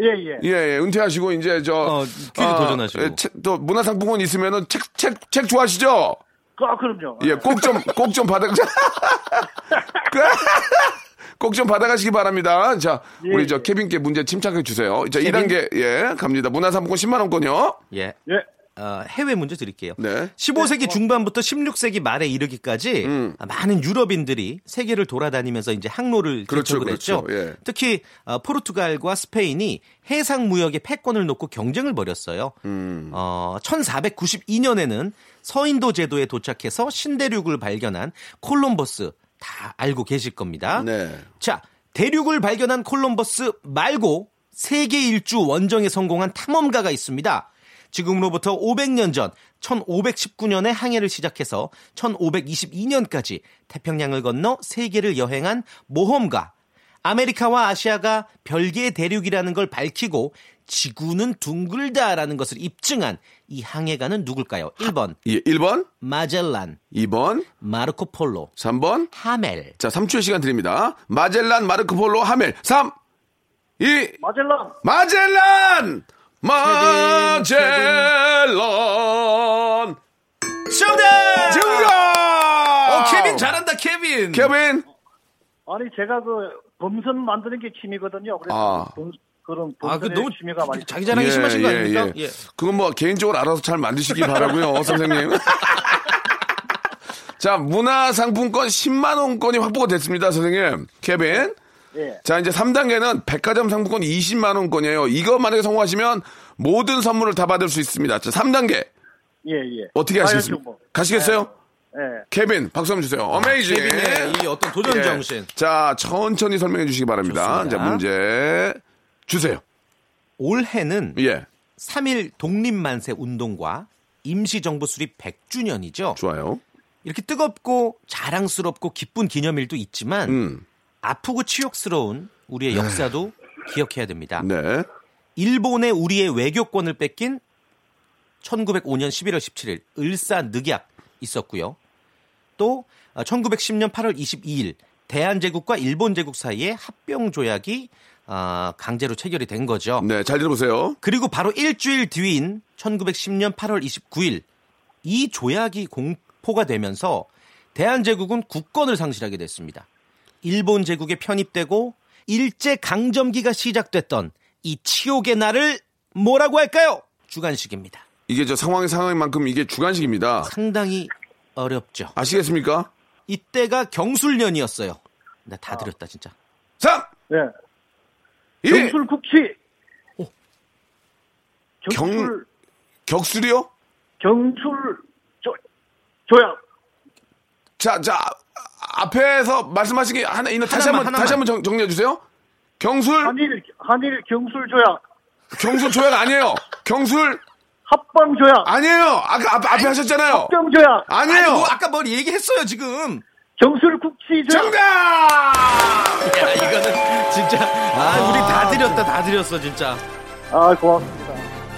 S5: 예, 예.
S3: 예, 예, 은퇴하시고 이제 저
S9: 어, 퀴즈 도전하시고.
S3: 예, 책- 또 문화상품권 있으면은 책 책 책 좋아하시죠?
S5: 아, 그럼요.
S3: 예, 꼭 좀 꼭 좀 받아 꼭 좀 받아가시기 바랍니다. 자,
S9: 예,
S3: 우리 저 케빈께 문제 침착해 주세요. 자, 1단계 예 갑니다. 문화상품권 10만 원권요.
S9: 예.
S5: 예.
S9: 어, 해외 문제 드릴게요.
S3: 네. 음.
S9: 15세기 중반부터 16세기 말에 이르기까지 아, 많은 유럽인들이 세계를 돌아다니면서 이제 항로를
S3: 그렇죠,
S9: 개척을 했죠.
S3: 그렇죠. 예.
S9: 특히 어, 포르투갈과 스페인이 해상 무역의 패권을 놓고 경쟁을 벌였어요.
S3: 음.
S9: 어, 1492년에는 서인도 제도에 도착해서 신대륙을 발견한 콜럼버스 다 알고 계실 겁니다.
S3: 네.
S9: 자, 대륙을 발견한 콜럼버스 말고 세계 일주 원정에 성공한 탐험가가 있습니다. 지금으로부터 500년 전 1519년에 항해를 시작해서 1522년까지 태평양을 건너 세계를 여행한 모험가 아메리카와 아시아가 별개의 대륙이라는 걸 밝히고 지구는 둥글다라는 것을 입증한 이 항해가는 누굴까요? 1번
S3: 예, 1번,
S9: 마젤란,
S3: 2번,
S9: 마르코 폴로,
S3: 3번.
S9: 하멜.
S3: 자, 3초의 시간 드립니다. 마젤란, 마르코폴로, 하멜. 3, 2,
S5: 마젤란.
S3: 마젤란! 마젤란!
S9: 정답!
S3: 정답!
S9: 어, 케빈 잘한다, 케빈.
S3: 케빈!
S5: 아니, 제가 그, 범선 만드는 게 취미거든요. 그래서
S3: 아.
S5: 범- 그런
S9: 아, 그
S5: 범선의
S9: 너무
S5: 취미가 많이
S9: 자기 자랑이 심하신 거 아닙니까? 예.
S3: 예, 그건 뭐 개인적으로 알아서 잘 만드시기 바라고요 선생님. 자, 문화상품권 10만원권이 확보가 됐습니다, 선생님. 케빈.
S5: 예.
S3: 자, 이제 3단계는 백화점 상품권 20만원권이에요. 이거 만약에 성공하시면 모든 선물을 다 받을 수 있습니다. 자, 3단계.
S5: 예, 예.
S3: 어떻게
S5: 가야죠,
S3: 하시겠습니까?
S5: 뭐.
S3: 가시겠어요?
S5: 예.
S3: 케빈 박수 한번 주세요. 어메이징.
S9: 아, 케빈의 이 어떤 도전
S3: 예.
S9: 정신.
S3: 자 천천히 설명해 주시기 바랍니다.
S9: 좋습니다.
S3: 자 문제 주세요.
S9: 올해는
S3: 예
S9: 3일 독립만세 운동과 임시정부 수립 100주년이죠.
S3: 좋아요.
S9: 이렇게 뜨겁고 자랑스럽고 기쁜 기념일도 있지만
S3: 음.
S9: 아프고 치욕스러운 우리의 역사도 기억해야 됩니다.
S3: 네.
S9: 일본에 우리의 외교권을 뺏긴 1905년 11월 17일 을사늑약 있었고요. 또 어, 1910년 8월 22일 대한제국과 일본제국 사이의 합병 조약이 아, 강제로 체결이 된 거죠.
S3: 네, 잘 들어보세요.
S9: 그리고 바로 일주일 뒤인 1910년 8월 29일 이 조약이 공포가 되면서 대한제국은 국권을 상실하게 됐습니다. 일본 제국에 편입되고 일제 강점기가 시작됐던 이 치욕의 날을 뭐라고 할까요? 주간식입니다.
S3: 이게 저 상황의 상황만큼 이게 주간식입니다.
S9: 상당히 어렵죠.
S3: 아시겠습니까?
S9: 이때가 경술년이었어요. 나 다 들었다 진짜.
S3: 3,
S5: 네.
S3: 2,
S5: 경술 국치.
S9: 오.
S5: 경술
S3: 격술이요?
S5: 경술 조 조약.
S3: 자, 자, 아, 앞에서 말씀하신 게 하나, 있나 다시 한 번,
S9: 하나만,
S3: 다시 한 번 정리해주세요. 경술,
S5: 한일 한일 경술 조약.
S3: 경술 조약 아니에요. 경술
S5: 합방 조약.
S3: 아니에요. 아까 앞, 앞에 하셨잖아요.
S5: 합병 조약.
S3: 아니에요.
S9: 아니, 뭐 아까 뭘 얘기했어요 지금.
S5: 경술 국치 조약.
S3: 정답!
S9: 야 이거는 진짜 아 우리 다 드렸다 다 드렸어 진짜.
S5: 아 고맙습니다.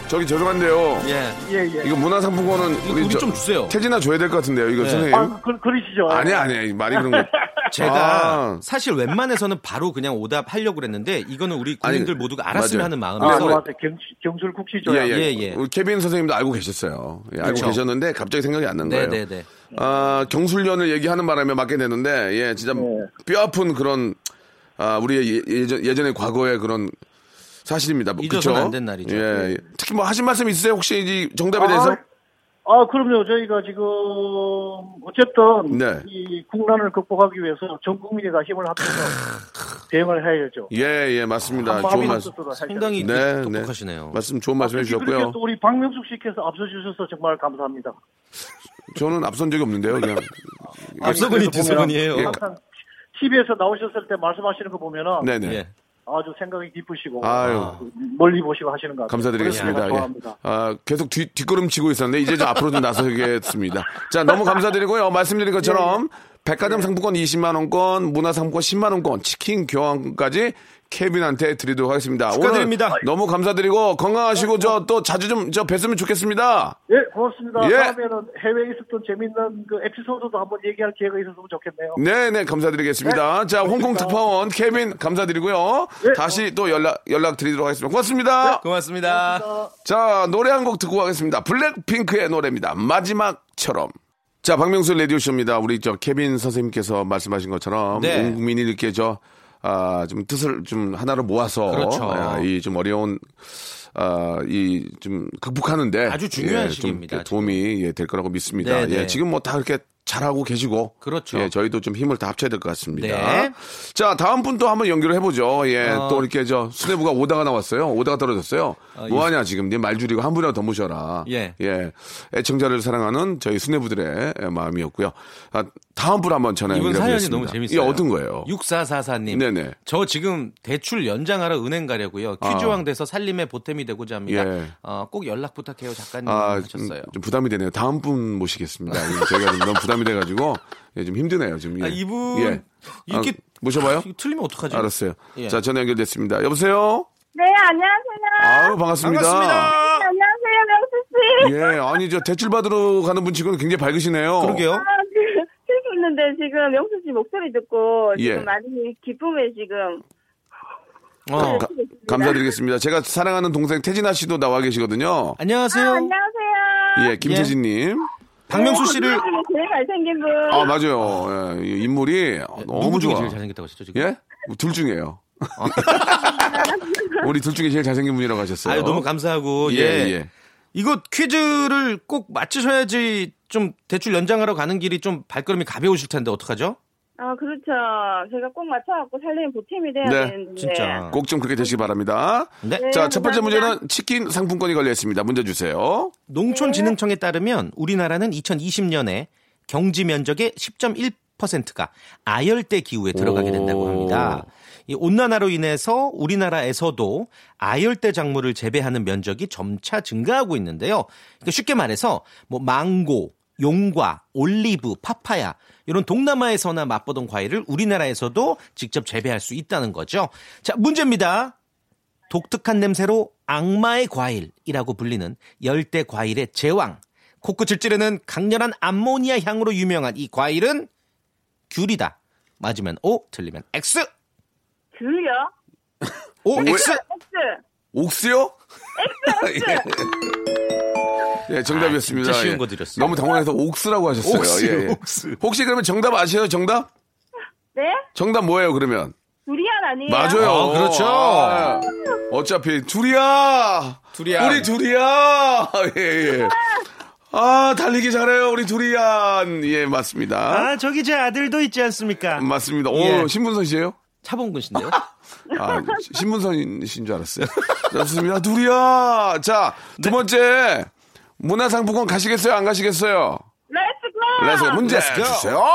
S3: 저기 죄송한데요.
S9: 예.
S5: 예 예.
S3: 이거 문화상품권은 우리,
S9: 우리
S3: 저-
S9: 좀 주세요.
S3: 태진아 줘야 될 것 같은데요. 이거
S9: 네.
S3: 선생님.
S5: 아 그, 그러시죠.
S3: 아니야, 아니야. 말이 그런 거.
S9: 제가
S3: 아.
S9: 사실 웬만해서는 바로 그냥 오답 하려고 그랬는데 이거는 우리 국민들
S3: 아니,
S9: 모두가 알았으면
S3: 맞아요.
S9: 하는
S5: 아,
S9: 마음에서
S5: 맞아. 경, 경술 국치
S3: 예,
S5: 조약.
S3: 예.
S9: 예, 예.
S3: 우리 케빈 선생님도 알고 계셨어요. 예, 알고
S9: 그렇죠.
S3: 계셨는데 갑자기 생각이 안 난 거예요.
S9: 네네네.
S3: 아, 경술련을 얘기하는 바람에 맞게 되는데, 예, 진짜
S5: 네.
S3: 뼈 아픈 그런, 아, 우리의 예- 예전, 예전의 과거의 그런 사실입니다. 뭐,
S9: 잊어서는
S3: 그쵸?
S9: 안 된 날이죠.
S3: 예, 예. 특히 뭐 하신 말씀 있으세요? 혹시 이 정답에 대해서?
S5: 아, 그럼요. 저희가 지금 어쨌든
S3: 네.
S5: 이 국난을 극복하기 위해서 전 국민이 다 힘을 합쳐서 대응을 해야죠.
S3: 예, 예,
S5: 아,
S3: 맞습니다. 좋은 말씀.
S9: 상당히
S3: 네,
S9: 똑똑하시네요.
S3: 말씀 좋은 말씀
S5: 그렇게
S3: 해주셨고요.
S5: 또 우리 박명숙 씨께서 앞서 주셔서 정말 감사합니다.
S3: 저는 앞선 적이 없는데요, 그냥.
S9: 앞서분이 뒤서분이에요. 아,
S3: 예.
S5: 항상 TV에서 나오셨을 때 말씀하시는 거 보면은
S3: 네네.
S9: 예.
S5: 아주 생각이 깊으시고 그
S3: 아유.
S5: 멀리 보시고 하시는 것 같아요.
S3: 감사드리겠습니다.
S5: 그래서 제가 좋아합니다.
S3: 예. 아, 계속 뒤, 뒷걸음 치고 있었는데 이제 좀 앞으로 좀 나서겠습니다. 자, 너무 감사드리고요. 말씀드린 것처럼 백화점 상품권 20만 원권, 문화 상품권 10만 원권, 치킨 교환권까지 케빈한테 드리도록 하겠습니다.
S9: 축하드립니다.
S3: 오늘 너무 감사드리고 건강하시고 저 또 자주 좀 저 뵀으면 좋겠습니다.
S5: 예, 고맙습니다.
S3: 예.
S5: 다음에는 해외에 있었던 재밌는 그 에피소드도 한번 얘기할 기회가 있었으면 좋겠네요.
S3: 네, 네, 감사드리겠습니다. 자, 홍콩 특파원 케빈 감사드리고요.
S5: 예.
S3: 다시 또 연락 연락 드리도록 하겠습니다. 고맙습니다.
S9: 네. 고맙습니다.
S3: 자, 노래 한 곡 듣고 가겠습니다. 블랙핑크의 노래입니다. 마지막처럼. 자, 박명수 라디오쇼입니다. 우리 저 케빈 선생님께서 말씀하신 것처럼
S9: 네.
S3: 온 국민이 이렇게 저 아, 좀 뜻을 좀 하나로 모아서
S9: 그렇죠.
S3: 이 좀 어려운 아, 이 좀 극복하는데 예,
S9: 아주 중요한
S3: 좀
S9: 시기입니다,
S3: 도움이 예, 될 거라고 믿습니다.
S9: 네, 네.
S3: 예, 지금 뭐 다 그렇게 잘하고 계시고
S9: 그렇죠.
S3: 예, 저희도 좀 힘을 다 합쳐야 될 것 같습니다.
S9: 네.
S3: 자, 다음 분 또 한번 연결해 보죠. 예,
S9: 어.
S3: 또 이렇게 저 수뇌부가 오다가 나왔어요. 오다가 떨어졌어요.
S9: 아,
S3: 뭐 하냐 지금 네 말 줄이고 한 분이라도 더 모셔라.
S9: 예.
S3: 애청자를 사랑하는 저희 수뇌부들의 마음이었고요. 아, 다음 분 한번 전화
S9: 이분
S3: 연결해
S9: 사연이
S3: 보겠습니다.
S9: 너무 재밌어요.
S3: 이게 어떤 거예요?
S9: 6444님.
S3: 네네.
S9: 저 지금 대출 연장하러 은행 가려고요.
S3: 아.
S9: 퀴즈왕 돼서 살림에 보탬이 되고자 합니다.
S3: 예.
S9: 어, 꼭 연락 부탁해요. 작가님
S3: 아, 좀,
S9: 하셨어요.
S3: 좀 부담이 되네요. 다음 분 모시겠습니다. 예, 저희가 좀 너무 부담이 돼가지고 예, 좀 힘드네요. 지금 예.
S9: 아, 이분
S3: 예.
S9: 이렇게
S3: 아, 모셔봐요.
S9: 이거 틀리면 어떡하지?
S3: 알았어요.
S9: 예.
S3: 자, 전화 연결됐습니다. 여보세요.
S6: 네, 안녕하세요.
S3: 아유 반갑습니다.
S9: 반갑습니다.
S6: 안녕하세요, 명수 씨.
S3: 예, 아니 저 대출 받으러 가는 분 치고는 굉장히 밝으시네요.
S9: 그러게요.
S6: 아, 그, 슬프는데 지금 명수 씨 목소리 듣고 지금
S3: 예.
S6: 많이 기쁨에 지금
S9: 어.
S3: 가- 감사드리겠습니다. 제가 사랑하는 동생 태진아 씨도 나와 계시거든요.
S6: 아,
S9: 아, 안녕하세요.
S6: 안녕하세요.
S3: 예, 김태진님.
S9: 박명수 씨를
S6: 네, 제일 잘생긴 분.
S3: 아 맞아요. 예, 이 인물이 너무
S9: 네, 누구 중에
S3: 좋아.
S9: 제일 아. 잘생겼다고 하셨죠 지금?
S3: 예? 둘 중에요. 우리 둘 중에 제일 잘생긴 분이라고 하셨어요.
S9: 아유 너무 감사하고
S3: 예,
S9: 예,
S3: 예.
S9: 이거 퀴즈를 꼭 맞추셔야지 좀 대출 연장하러 가는 길이 좀 발걸음이 가벼우실 텐데 어떡하죠?
S6: 아, 그렇죠. 제가 꼭 맞춰갖고 살림 보탬이 돼야
S3: 네,
S6: 되는데.
S9: 진짜.
S3: 꼭 좀 그렇게 되시기 바랍니다.
S9: 네.
S6: 네,
S3: 자, 첫 번째
S6: 감사합니다.
S3: 문제는 치킨 상품권이 걸려 있습니다. 문제 주세요.
S9: 농촌진흥청에 따르면 우리나라는 2020년에 경지 면적의 10.1%가 아열대 기후에 들어가게 된다고
S3: 오.
S9: 합니다. 이 온난화로 인해서 우리나라에서도 아열대 작물을 재배하는 면적이 점차 증가하고 있는데요. 그러니까 쉽게 말해서 뭐 망고, 용과, 올리브, 파파야 이런 동남아에서나 맛보던 과일을 우리나라에서도 직접 재배할 수 있다는 거죠. 자, 문제입니다. 독특한 냄새로 악마의 과일이라고 불리는 열대 과일의 제왕. 코끝을 찌르는 강렬한 암모니아 향으로 유명한 이 어? 과일은 귤이다. 맞으면 O, 틀리면 X.
S6: 귤요?
S9: 오,
S3: 왜-
S9: X.
S6: X.
S3: 옥스요? 예, 정답이었습니다.
S9: 아, 진짜 쉬운
S3: 예.
S9: 거 드렸어요.
S3: 너무 당황해서 옥스라고 하셨어요.
S9: 옥스,
S3: 예, 예.
S9: 옥스.
S3: 혹시 그러면 정답 아세요? 정답?
S6: 네?
S3: 정답 뭐예요, 그러면?
S6: 두리안 아니에요?
S3: 맞아요.
S9: 아, 그렇죠.
S3: 아, 어차피 둘이야.
S9: 둘이야.
S3: 우리 둘이야. 예, 예. 아, 달리기 잘해요. 우리 둘이야. 예, 맞습니다.
S9: 아, 저기 제 아들도 있지 않습니까?
S3: 맞습니다. 오,
S9: 예.
S3: 신분선 씨예요?
S9: 차범근 씨인데요.
S3: 아, 시- 신문선이신 줄 알았어요. 좋습니다. 둘이야. 자,
S9: 네.
S3: 두 번째. 문화상품권 가시겠어요? 안 가시겠어요?
S6: 렛츠 고!
S9: 아,
S3: 그래서 문제
S9: Let's go.
S3: 주세요.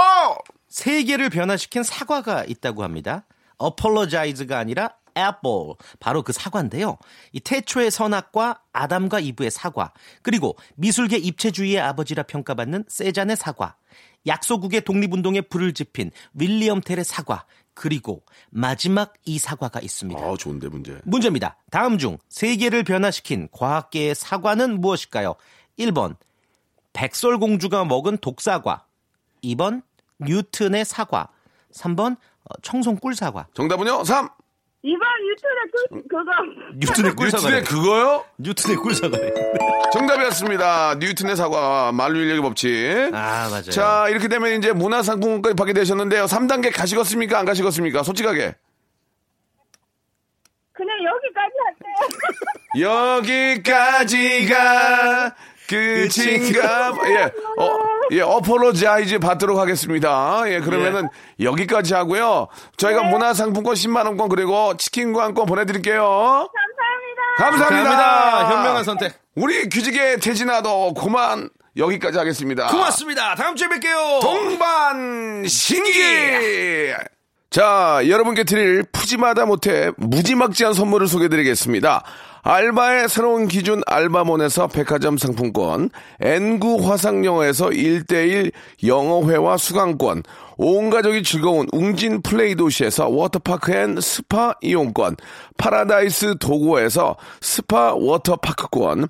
S9: 세계를 변화시킨 사과가 있다고 합니다. apologize가 아니라 apple. 바로 그 사과인데요. 이 태초의 선악과 아담과 이브의 사과. 그리고 미술계 입체주의의 아버지라 평가받는 세잔의 사과. 약소국의 독립운동에 불을 지핀 윌리엄 텔의 사과. 그리고 마지막 이 사과가 있습니다.
S3: 아, 좋은데, 문제.
S9: 문제입니다. 다음 중 세계를 변화시킨 과학계의 사과는 무엇일까요? 1번 백설공주가 먹은 독사과 2번 뉴튼의 사과 3번 어, 청송 꿀사과
S3: 정답은요? 3.
S6: 이번 유튜브에 그, 그거.
S9: 뉴튼의
S3: 뉴튼의 그거요?
S9: 뉴튼의 꿀사과래
S3: 정답이었습니다. 뉴튼의 사과, 만루일력의 법칙.
S9: 아 맞아요
S3: 자, 이렇게 되면 이제 문화상품권까지 받게 되셨는데요. 3단계 가시겠습니까? 안 가시겠습니까? 솔직하게.
S6: 그냥 여기까지 할게요.
S3: 여기까지가 끝인가 봐. 예. 어, 예, 어폴로자이즈 받도록 하겠습니다. 예, 그러면은 여기까지 하고요. 저희가
S9: 네.
S3: 문화상품권 10만원권 그리고 치킨과 한 권 보내드릴게요.
S6: 감사합니다.
S3: 감사합니다.
S9: 감사합니다 현명한 선택
S3: 우리 규직의 태진아도 고만 여기까지 하겠습니다.
S9: 고맙습니다 다음 주에 뵐게요
S3: 동반 신기. 자, 여러분께 드릴 푸짐하다 못해 무지막지한 선물을 소개드리겠습니다. 알바의 새로운 기준 알바몬에서 백화점 상품권, N구 화상영어에서 1대1 영어회화 수강권, 온 가족이 즐거운 웅진 플레이 도시에서 워터파크 앤 스파 이용권, 파라다이스 도고에서 스파 워터파크권,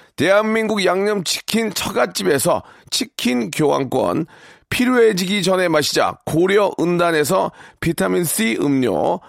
S3: 대한민국 양념치킨 처갓집에서 치킨 교환권 필요해지기 전에 마시자 고려 은단에서 비타민 C 음료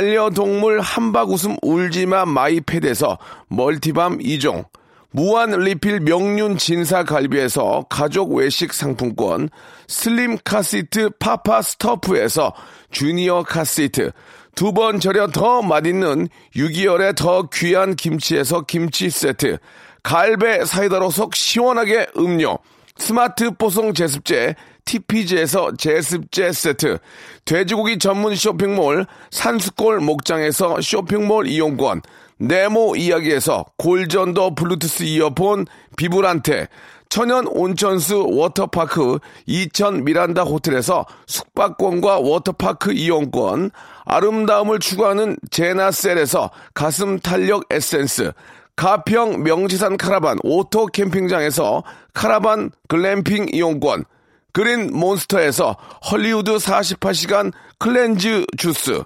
S3: 반려동물 한박웃음 울지마 마이패드에서 멀티밤 2종 무한 리필 명륜 진사 갈비에서 가족 외식 상품권, 슬림 카시트 파파 스토프에서 주니어 카시트, 두 번 절여 더 맛있는 6개월의 더 귀한 김치에서 김치 세트, 갈배 사이다로 속 시원하게 음료, 스마트 뽀송 제습제 TPG에서 제습제 세트 돼지고기 전문 쇼핑몰 산수골 목장에서 쇼핑몰 이용권 네모 이야기에서 골전도 블루투스 이어폰 비브란테 천연 온천수 워터파크 이천 미란다 호텔에서 숙박권과 워터파크 이용권 아름다움을 추구하는 제나셀에서 가슴 탄력 에센스 가평 명지산 카라반 오토 캠핑장에서 카라반 글램핑 이용권, 그린 몬스터에서 헐리우드 48시간 클렌즈 주스,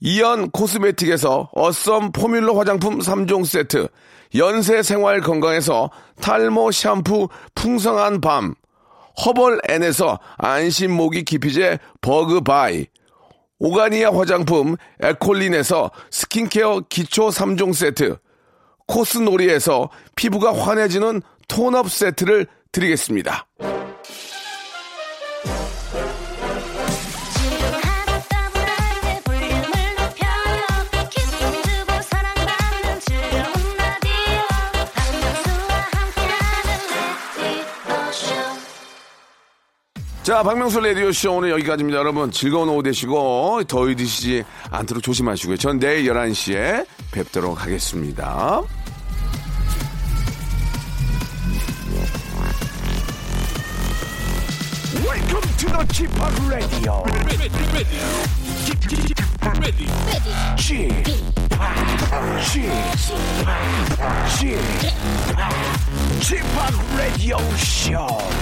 S3: 이연 코스메틱에서 어썸 포뮬러 화장품 3종 세트, 연세 생활 건강에서 탈모 샴푸 풍성한 밤, 허벌 N에서 안심 모기 기피제 버그 바이, 오가니아 화장품 에콜린에서 스킨케어 기초 3종 세트, 코스놀이에서 피부가 환해지는 톤업 세트를 드리겠습니다.
S4: 지루하다 따분할 때 볼륨을 높여요 기쁨 주고 사랑받는 즐거운 라디오 박명수와 함께하는 레디오쇼
S3: 자, 박명수 레디오쇼 오늘 여기까지입니다. 여러분, 즐거운 오후 되시고, 더위 드시지 않도록 조심하시고요. 전 내일 11시에 뵙도록 하겠습니다.
S2: Welcome to the Chip Radio. Ready, ready, ready, ready, ready, ready.
S3: 지팍 라디오 쇼